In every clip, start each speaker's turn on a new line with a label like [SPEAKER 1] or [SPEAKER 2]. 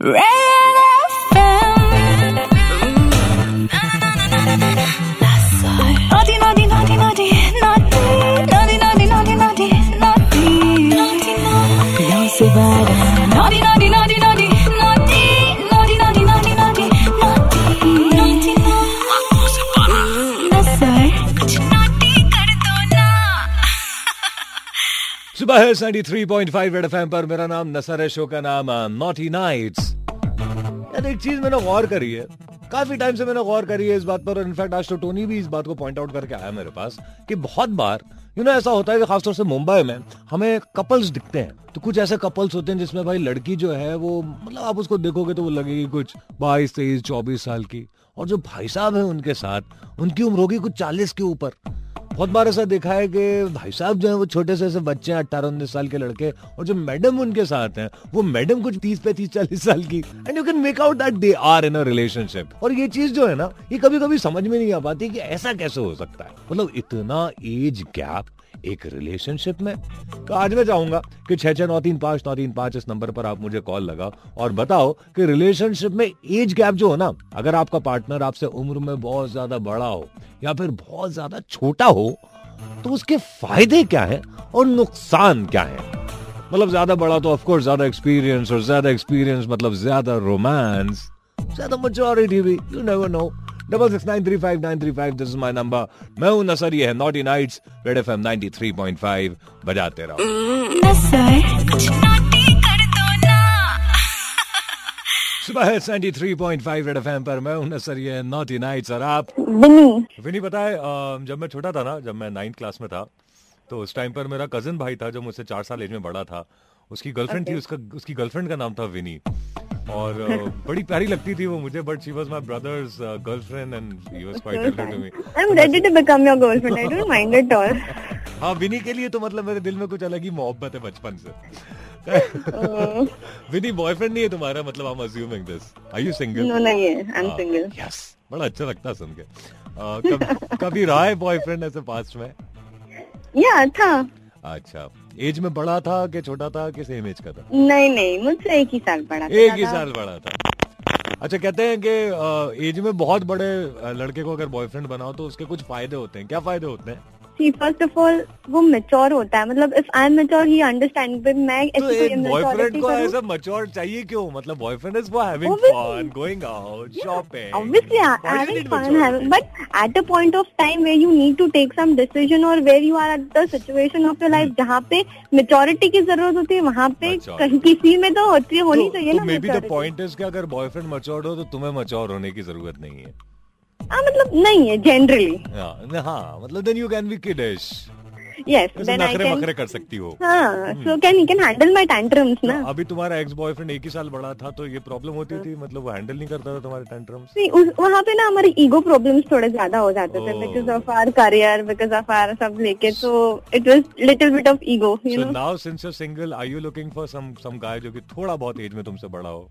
[SPEAKER 1] Red FM. 어디 어디 어디 어디 어디 어디 어디 어디 어디 어디 어디 어디 어디 어디 어디 어디 어디 어디 어디 어디 낯설 naughty कर दो ना
[SPEAKER 2] सुबह है 93.5 रेड एफएम पर मेरा नाम नसर है शो का नाम नॉटी नाइट्स यार एक चीज मैंने गौर करी है काफी टाइम से मैंने गौर करी है इस बात पर और इनफैक्ट आज तो टोनी भी इस बात को पॉइंट आउट करके आया मेरे पास कि बहुत बार यू नो ऐसा होता है कि खासतौर से मुंबई में हमें कपल्स दिखते हैं तो कुछ ऐसे कपल्स होते हैं जिसमें भाई लड़की जो है वो मतलब आप उसको देखोगे तो वो लगेगी कुछ बाईस तेईस चौबीस साल की और जो भाई साहब हैं उनके साथ उनकी उम्र होगी कुछ चालीस के ऊपर बहुत बार ऐसा देखा है कि भाई साहब जो है वो छोटे से ऐसे बच्चे हैं अट्ठारह उन्नीस साल के लड़के और जो मैडम उनके साथ हैं वो मैडम कुछ तीस पैंतीस चालीस साल की and you can make out that they are in relationship और ये चीज जो है ना ये कभी कभी समझ में नहीं आ पाती कि ऐसा कैसे हो सकता है मतलब इतना एज गैप एक रिलेशनशिप में तो आज मैं चाहूंगा कि छह छह नौ तीन पांच नौ तीन पांच इस नंबर पर आप मुझे कॉल लगाओ और बताओ कि रिलेशनशिप में एज गैप जो हो ना अगर आपका पार्टनर आपसे उम्र में बहुत ज्यादा बड़ा हो या फिर बहुत ज्यादा छोटा हो तो उसके फायदे क्या हैं और नुकसान क्या हैं मतलब ज्यादा बड़ा तो ऑफकोर्स ज्यादा एक्सपीरियंस और ज्यादा एक्सपीरियंस मतलब ज्यादा रोमांस ज्यादा मच्योरिटी भी you never know double six nine three five nine three five this is my number मैं हूं नसर ये है naughty nights red F M ninety three point five बजाते रहो
[SPEAKER 1] 낯설 naughty कर दो ना
[SPEAKER 2] सुबह है 93.5 रेड एफएम पर मैं हूं नसर ये नॉटी नाइट्स और आप
[SPEAKER 3] विनी
[SPEAKER 2] विनी पता है अ, जब मैं छोटा था ना जब मैं नाइन्थ क्लास में था तो उस टाइम पर मेरा कजिन भाई था जो मुझसे चार साल एज में बड़ा था उसकी गर्लफ्रेंड थी उसका उसकी गर्लफ्रेंड का नाम था विनी और अ, बड़ी प्यारी लगती थी वो मुझे but she was my brother's girlfriend and he was quite different to me
[SPEAKER 3] I'm ready to become your girlfriend. I don't mind at all.
[SPEAKER 2] हाँ विनी के लिए तो मतलब मेरे दिल में कुछ अलग ही मोहब्बत है बचपन
[SPEAKER 3] Oh.
[SPEAKER 2] से विनी बॉयफ्रेंड नहीं है तुम्हारा मतलब I am assuming this are you single
[SPEAKER 3] No, नहीं है. I'm
[SPEAKER 2] हाँ,
[SPEAKER 3] single.
[SPEAKER 2] yes. बड़ा अच्छा लगता है सुन के आ, कब, कभी रहा है बॉयफ्रेंड ऐसे पास्ट में
[SPEAKER 3] Yeah, था.
[SPEAKER 2] अच्छा एज में बड़ा था कि छोटा था कि सेम एज का था
[SPEAKER 3] नहीं नहीं मुझसे एक ही साल पड़ा था
[SPEAKER 2] एक ही
[SPEAKER 3] दादा।
[SPEAKER 2] साल बड़ा था अच्छा कहते हैं कि एज में बहुत बड़े आ, लड़के को अगर बॉयफ्रेंड बनाओ तो उसके कुछ फायदे होते हैं क्या फायदे होते हैं
[SPEAKER 3] See, first of all, वो mature होता है मतलब if I'm mature, he understands. But मैं
[SPEAKER 2] तो
[SPEAKER 3] ऐसी कोई
[SPEAKER 2] एक
[SPEAKER 3] immaturity
[SPEAKER 2] बॉयफ्रेंड को
[SPEAKER 3] करूं-
[SPEAKER 2] ऐसा मच्योर चाहिए क्यों मतलब boyfriend is for having
[SPEAKER 3] Obviously.
[SPEAKER 2] Fun going out shopping
[SPEAKER 3] Obviously, I- having fun, having, but at a point of time where you need to take some decision or where you are at the situation of your life, जहाँ पे maturity की जरूरत होती है वहाँ पे
[SPEAKER 2] Hmm. Maturity.
[SPEAKER 3] कहीं किसी में तो होती है होनी चाहिए ना
[SPEAKER 2] may be the
[SPEAKER 3] maturity.
[SPEAKER 2] Point is कि अगर बॉयफ्रेंड मच्योर हो तो तुम्हें मच्योर होने की जरूरत नहीं है
[SPEAKER 3] हाँ मतलब नहीं है जनरली
[SPEAKER 2] हाँ हाँ, मतलब then you can be kiddish
[SPEAKER 3] yes then I
[SPEAKER 2] तो नखरे हम्म।
[SPEAKER 3] कैन
[SPEAKER 2] वखरे कर सकती हो
[SPEAKER 3] हाँ so can you can handle my tantrums ना
[SPEAKER 2] तो अभी तुम्हारा एक्स बॉयफ्रेंड एक ही साल बड़ा था तो ये प्रॉब्लम होती थी मतलब वो हैंडल नहीं करता था तुम्हारे टेंट्रम्स
[SPEAKER 3] See, उस- वहाँ पे ना हमारे ईगो प्रॉब्लम्स थोड़े ज्यादा हो जाते थे
[SPEAKER 2] Oh.
[SPEAKER 3] Because of our career because of our सब लेके तो it was little bit of ego you
[SPEAKER 2] so
[SPEAKER 3] no
[SPEAKER 2] now since you single are you looking for some some guy जो कि थोड़ा बहुत एज में तुमसे बड़ा हो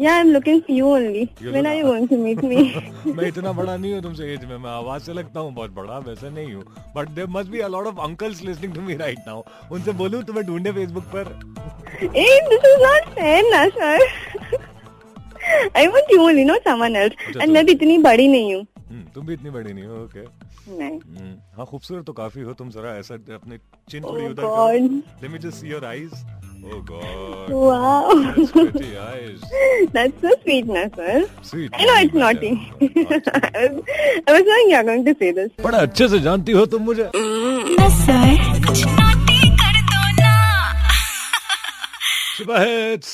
[SPEAKER 3] या I am looking for you only
[SPEAKER 2] You're
[SPEAKER 3] when are you going to meet me
[SPEAKER 2] मैं इतना बड़ा नहीं हूँ तुमसे एज में मैं आवाज से लगता हूँ बहुत बड़ा वैसे नहीं हूँ but there must be a lot of uncles listening to me right now उनसे बोलूँ तुम्हें ढूंढे फेसबुक पर
[SPEAKER 3] a this is not fair ना sir I want you only not someone else and
[SPEAKER 2] तुम-
[SPEAKER 3] मैं भी इतनी बड़ी नहीं हूँ
[SPEAKER 2] हम्म, तुम भी इतनी बड़ी नहीं हो ओके
[SPEAKER 3] नहीं
[SPEAKER 2] हाँ खूबसूरत तो काफी हो तुम जरा ऐसा अपने चिन
[SPEAKER 3] Oh
[SPEAKER 2] थोड़ी उधर
[SPEAKER 3] God.
[SPEAKER 2] Let me just see your eyes oh God
[SPEAKER 3] wow
[SPEAKER 2] pretty Oh eyes
[SPEAKER 3] that's so sweet ना sir
[SPEAKER 2] sweet
[SPEAKER 3] I know it's naughty. I was I was knowing you are going to say this.
[SPEAKER 2] बड़ा अच्छे से जानती हो तुम मुझे
[SPEAKER 1] 낯설 naughty कर दो ना
[SPEAKER 2] सुबह हिट्स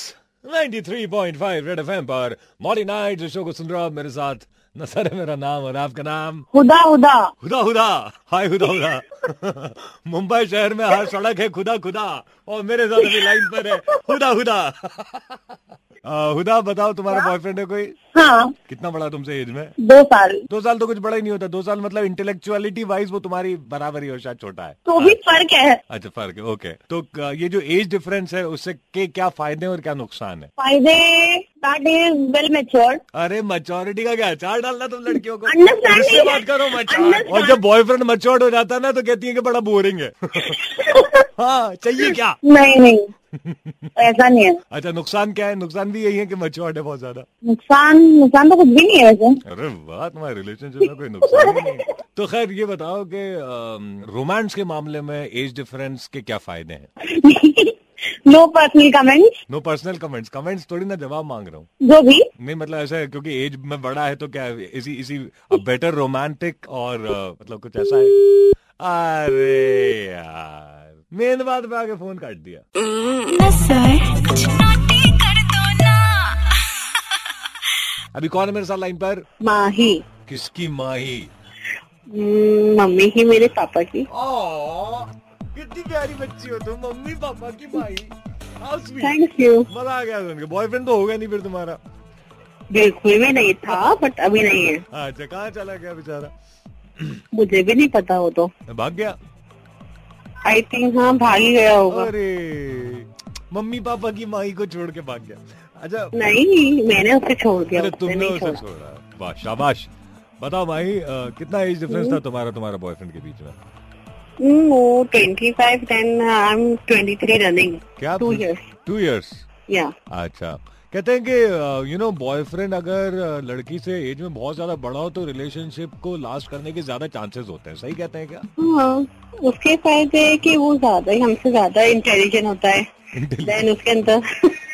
[SPEAKER 2] 93.5 रेड एफएम पर मॉर्निंग नाइट शो को सुन रहा हूँ मेरे साथ नसर है मेरा नाम और आपका नाम
[SPEAKER 3] हुदा हुदा
[SPEAKER 2] हुदा हुदा हाय हुदा हुदा मुंबई शहर में हर सड़क है खुदा खुदा और मेरे साथ अभी लाइन पर है हुदा हुदा आ, हुदा बताओ तुम्हारा बॉयफ्रेंड है कोई
[SPEAKER 3] हाँ
[SPEAKER 2] कितना बड़ा है तुमसे एज में
[SPEAKER 3] दो साल
[SPEAKER 2] दो साल तो कुछ बड़ा ही नहीं होता दो साल मतलब इंटेलेक्चुअलिटी वाइज वो तुम्हारी बराबर ही और शायद छोटा है
[SPEAKER 3] तो भी फर्क है
[SPEAKER 2] अच्छा फर्क है ओके तो क- ये जो एज डिफरेंस है उससे के क्या फायदे और क्या नुकसान है
[SPEAKER 3] फायदे दैट इज वेल मेच्योर
[SPEAKER 2] अरे मच्योरिटी का क्या चार डालना तुम लड़कियों को
[SPEAKER 3] Understanding
[SPEAKER 2] इससे
[SPEAKER 3] है।
[SPEAKER 2] बात करो मच्योर
[SPEAKER 3] Understand-
[SPEAKER 2] और जब बॉयफ्रेंड मच्योर्ड हो जाता है ना तो कहती है कि बड़ा बोरिंग है हाँ चाहिए क्या
[SPEAKER 3] नहीं नहीं ऐसा नहीं है
[SPEAKER 2] अच्छा नुकसान क्या है नुकसान भी यही है कि मच्योर्ड है बहुत ज्यादा
[SPEAKER 3] नुकसान नुकसान तो कुछ भी नहीं है वैसे
[SPEAKER 2] अरे वाह तुम्हारे रिलेशनशिप में कोई नुकसान ही नहीं है। तो खैर ये बताओ कि रोमांस के मामले में एज डिफरेंस के क्या फायदे हैं
[SPEAKER 3] no personal comment
[SPEAKER 2] no personal comments comments थोड़ी ना जवाब मांग रहा हूँ
[SPEAKER 3] जो भी
[SPEAKER 2] नहीं मतलब ऐसा है क्योंकि एज में बड़ा है तो क्या है, इसी इसी बेटर रोमांटिक और अ, मतलब कुछ ऐसा है अरे यार मेन बात पे आके फोन काट दिया
[SPEAKER 1] नसर कुछ नोटी कर दो ना
[SPEAKER 2] अभी कौन है मेरे साथ लाइन पर
[SPEAKER 3] माही
[SPEAKER 2] किसकी माही
[SPEAKER 3] हम्म, मम्मी ही मेरे पापा की
[SPEAKER 2] ओ, कितनी प्यारी बच्ची हो तुम मम्मी पापा की Mahi How sweet.
[SPEAKER 3] Thank you
[SPEAKER 2] मजा आ गया सुन के बॉयफ्रेंड तो होगा नहीं फिर तुम्हारा
[SPEAKER 3] बिल्कुल में नहीं था बट अभी नहीं है
[SPEAKER 2] अच्छा कहाँ चला गया बेचारा
[SPEAKER 3] मुझे भी नहीं पता हो तो
[SPEAKER 2] भाग गया
[SPEAKER 3] आई थिंक हाँ भाग ही गया होगा
[SPEAKER 2] अरे मम्मी पापा की माही को छोड़ के भाग गया अच्छा
[SPEAKER 3] नहीं मैंने उसे छोड़ दिया
[SPEAKER 2] अरे
[SPEAKER 3] उसने
[SPEAKER 2] तुमने
[SPEAKER 3] नहीं
[SPEAKER 2] उसे
[SPEAKER 3] छोड़ा।
[SPEAKER 2] छोड़ा वाह शाबाश बताओ भाई अ, कितना एज डिफरेंस था तुम्हारा तुम्हारा बॉयफ्रेंड के बीच में
[SPEAKER 3] हम्म, वो twenty five then I am twenty three running
[SPEAKER 2] क्या
[SPEAKER 3] टू इयर्स
[SPEAKER 2] टू इयर्स
[SPEAKER 3] या
[SPEAKER 2] अच्छा कहते हैं कि यू नो बॉयफ्रेंड अगर अ, लड़की से एज में बहुत ज्यादा बड़ा हो तो रिलेशनशिप को लास्ट करने के ज्यादा चांसेस होते हैं सही कहते हैं क्या
[SPEAKER 3] हाँ उसके फायदे है कि वो ज्यादा ही हमसे ज्यादा इंटेलिजेंट होता है देन उसके अंदर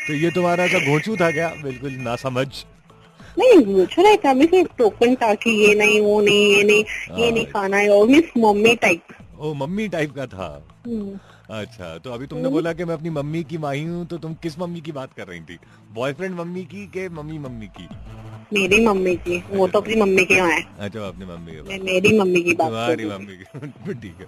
[SPEAKER 2] तो ये तुम्हारा ऐसा घोचू था क्या बिल्कुल ना समझ
[SPEAKER 3] नहीं पूछो रहता हमें सिर्फ टोकन था कि ये नहीं वो नहीं ये नहीं ये
[SPEAKER 2] हाँ।
[SPEAKER 3] नहीं खाना है और मिस मम्मी टाइप
[SPEAKER 2] ओ मम्मी टाइप का था अच्छा तो अभी तुमने बोला कि मैं अपनी मम्मी की माही हूँ तो तुम किस मम्मी की बात कर रही थी बॉयफ्रेंड मम्मी की के मम्मी मम्मी की
[SPEAKER 3] मेरी मम्मी की वो तो अपनी मम्मी के यहाँ है
[SPEAKER 2] अच्छा अपनी मम्मी की बात
[SPEAKER 3] मैं मेरी मम्मी की बात कर
[SPEAKER 2] तुम्हारी
[SPEAKER 3] रही हूँ।
[SPEAKER 2] मम्मी की ठीक है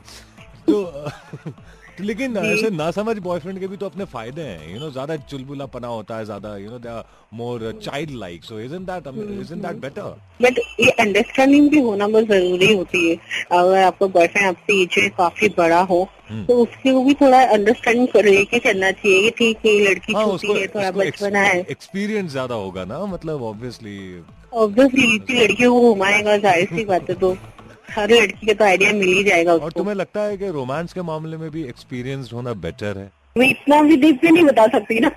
[SPEAKER 2] तो तो लेकिन ऐसे ना समझ बॉयफ्रेंड के भी तो अपने फायदे हैं यू नो ज्यादा चुलबुलापना होता है ज्यादा you know they are more child like so isn't that
[SPEAKER 3] hmm,
[SPEAKER 2] isn't that better
[SPEAKER 3] but ये अंडरस्टैंडिंग भी होना बहुत जरूरी होती है अगर आपका बॉयफ्रेंड आपसे एज में काफी बड़ा हो
[SPEAKER 4] हम्म।
[SPEAKER 3] तो उसके वो भी थोड़ा अंडरस्टैंडिंग कर लेके चलना चाहिए कि ठीक है ये लड़की
[SPEAKER 2] हाँ
[SPEAKER 3] छोटी है थोड़ा
[SPEAKER 2] उसको
[SPEAKER 3] बचपना है
[SPEAKER 2] एक्सपीरियंस ज्यादा होगा ना मतलब ऑब्वियसली
[SPEAKER 3] ऑब्वियसली इतनी लड़कियों को घुमाएगा जाहिर सी बात है तो हर लड़की का तो आइडिया मिल ही जाएगा
[SPEAKER 2] और
[SPEAKER 3] उसको
[SPEAKER 2] तुम्हें लगता है कि रोमांस के मामले में भी एक्सपीरियंस होना बेटर है
[SPEAKER 3] मैं इतना भी डीप में नहीं बता सकती ना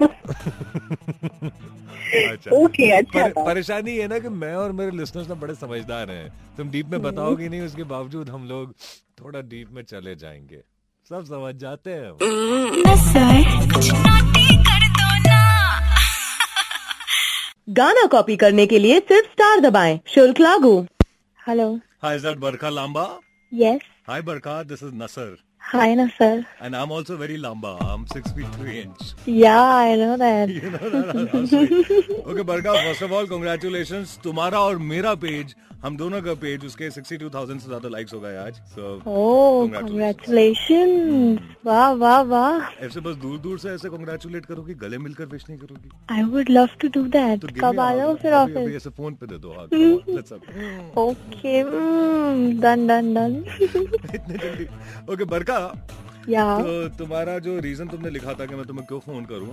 [SPEAKER 2] अच्छा
[SPEAKER 3] ओके अच्छा
[SPEAKER 2] पर,
[SPEAKER 3] था।
[SPEAKER 2] परेशानी ये है ना कि मैं और मेरे लिसनर्स ना बड़े समझदार हैं तुम डीप
[SPEAKER 3] हम्म।
[SPEAKER 2] में बताओगे नहीं उसके बावजूद हम लोग थोड़ा डीप में चले जाएंगे सब समझ जाते हैं हम।
[SPEAKER 1] नसर कुछ नोटी कर दो ना
[SPEAKER 4] गाना कॉपी करने के लिए सिर्फ स्टार दबाएं। शुल्क लागू
[SPEAKER 5] hello
[SPEAKER 2] Hi, is that Barkha Lamba?
[SPEAKER 5] Yes
[SPEAKER 2] Hi, Barkha. This is Nasser,
[SPEAKER 5] hi ना sir
[SPEAKER 2] and I'm also very lamba. I'm six feet three inch.
[SPEAKER 5] या I know that
[SPEAKER 2] You know that? How sweet. Okay, Barkha. First of all, congratulations. तुम्हारा और मेरा page, हम दोनों का page, उसके 62,000 से ज्यादा लाइक्स हो गए आज. So,
[SPEAKER 5] oh
[SPEAKER 2] Congratulations.
[SPEAKER 5] कांग्रेचुलेशन वाह वाह वाह
[SPEAKER 2] ऐसे बस दूर दूर से ऐसे congratulate करोगी, गले मिलकर विश नहीं करोगी.
[SPEAKER 5] I would love to do
[SPEAKER 2] तो
[SPEAKER 5] दैट
[SPEAKER 2] give me
[SPEAKER 5] कब
[SPEAKER 2] a
[SPEAKER 5] आ
[SPEAKER 2] hug.
[SPEAKER 5] जाओ फिर
[SPEAKER 2] अभी- अभी
[SPEAKER 5] ऑफिस
[SPEAKER 2] ऐसे फोन पे दे दो hug. Come on, let's hug.
[SPEAKER 5] Okay hmm, done done done
[SPEAKER 2] इतने जल्दी. Okay, Barkha.
[SPEAKER 5] या
[SPEAKER 2] तो तुम्हारा जो रीजन तुमने लिखा था कि मैं तुम्हें क्यों फोन करूं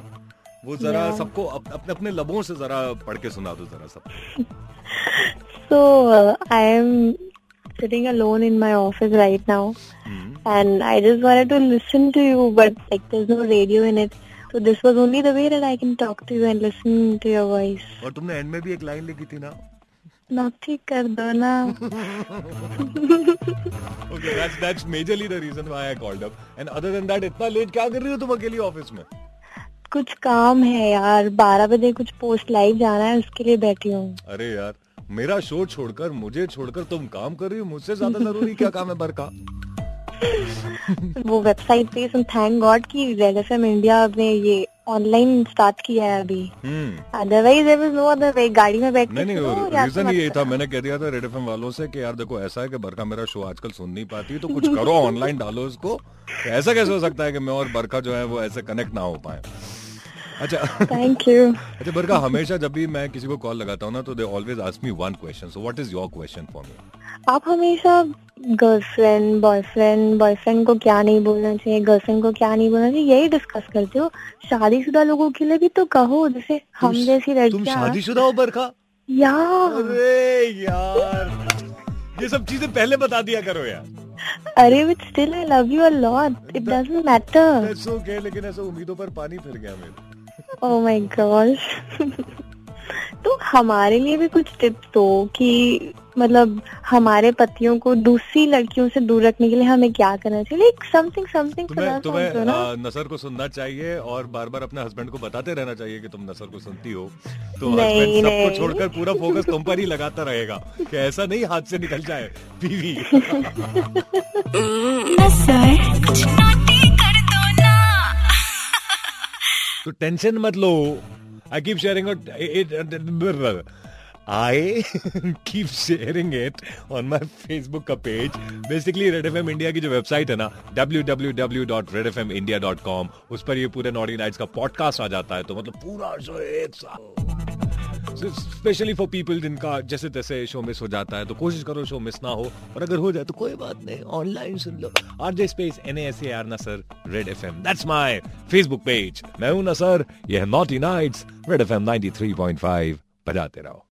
[SPEAKER 2] वो जरा सबको अप, अपने अपने लबों से जरा पढ़ के सुना दो जरा सब
[SPEAKER 5] so I am uh, sitting alone in my office right now
[SPEAKER 2] Hmm?
[SPEAKER 5] and i just wanted to listen to you but like there's no radio in it so this was only the way that i can talk to you and listen to your voice
[SPEAKER 2] और तुमने end में भी एक line लिखी थी ना
[SPEAKER 5] naughty कर दो ना
[SPEAKER 2] okay that's that's majorly the reason why I called up and other then that इतना लेट क्या कर रही हो तुम अकेली ऑफिस में
[SPEAKER 5] कुछ काम है यार बारह बजे कुछ पोस्ट लाइव जाना है उसके लिए बैठी हूँ
[SPEAKER 2] अरे यार मेरा शो छोड़कर मुझे छोड़कर तुम काम कर रही हो मुझसे ज्यादा जरूरी क्या काम है बरका
[SPEAKER 5] वो वेबसाइट पे थैंक गॉड की रेड एफ एम इंडिया ने ये ऑनलाइन स्टार्ट किया है अभी
[SPEAKER 2] hmm
[SPEAKER 5] otherwise there was no other way गाड़ी में बैठ के
[SPEAKER 2] नहीं नहीं
[SPEAKER 5] सुनो
[SPEAKER 2] और
[SPEAKER 5] या तो
[SPEAKER 2] रीजन
[SPEAKER 5] मत
[SPEAKER 2] ये
[SPEAKER 5] सुनो।
[SPEAKER 2] था मैंने कह दिया था रेड एफ वालों से कि यार देखो ऐसा है कि बरका मेरा शो आजकल सुन नहीं पाती तो कुछ करो ऑनलाइन डालो इसको तो ऐसा कैसे हो सकता है कि मैं और बरका जो है वो ऐसे कनेक्ट ना हो पाए अच्छा
[SPEAKER 5] थैंक यू
[SPEAKER 2] अच्छा बरका हमेशा जब भी मैं किसी को कॉल लगाता हूँ ना तो they always ask me one question so what is your question for me
[SPEAKER 5] आप हमेशा गर्लफ्रेंड बॉयफ्रेंड बॉयफ्रेंड को क्या नहीं बोलना चाहिए गर्लफ्रेंड को क्या नहीं बोलना चाहिए यही डिस्कस करते हो शादीशुदा लोगों के लिए भी तो कहो जैसे हम जैसी
[SPEAKER 2] तुम
[SPEAKER 5] लड़कियां हाँ।
[SPEAKER 2] शादीशुदा हो बरका
[SPEAKER 5] या
[SPEAKER 2] अरे यार ये सब चीजें पहले बता दिया करो यार
[SPEAKER 3] अरे but still I love you a lot. It doesn't
[SPEAKER 5] हाँ।
[SPEAKER 3] matter.
[SPEAKER 2] That's okay, लेकिन ऐसे उम्मीदों पर पानी फिर गया मेरा
[SPEAKER 3] Oh my gosh. तो हमारे लिए भी कुछ टिप्स दो कि मतलब हमारे पतियों को दूसरी लड़कियों से दूर रखने के लिए हमें क्या करना चाहिए समथिंग समथिंग
[SPEAKER 2] तुम्हें तुम्हें आ, नसर को सुनना चाहिए और बार बार अपने हस्बैंड को बताते रहना चाहिए कि तुम नसर को सुनती हो तो
[SPEAKER 3] नहीं,
[SPEAKER 2] हस्बैंड सबको
[SPEAKER 3] नहीं।
[SPEAKER 2] छोड़कर पूरा फोकस तुम पर ही लगाता रहेगा कि ऐसा नहीं हाथ से निकल जाए बीवी
[SPEAKER 1] नसर कुछ नोटी कर दो ना
[SPEAKER 2] तो टेंशन मत लो I keep sharing I keep sharing it on my Facebook का page basically red F M India की जो वेबसाइट है ना W W W dot red F M India dot com उस पर ये पूरे नॉडी नाइट्स का पॉडकास्ट आ जाता है तो मतलब पूरा जो एक साथ स्पेशली फॉर पीपल जिनका जैसे तैसे शो मिस हो जाता है तो कोशिश करो शो मिस ना हो और अगर हो जाए तो कोई बात नहीं ऑनलाइन सुन लो RJ space N S A R Nasar red F M that's my Facebook page मैं हूं नसर यह not in nights red F M ninety three point five बजाते रहो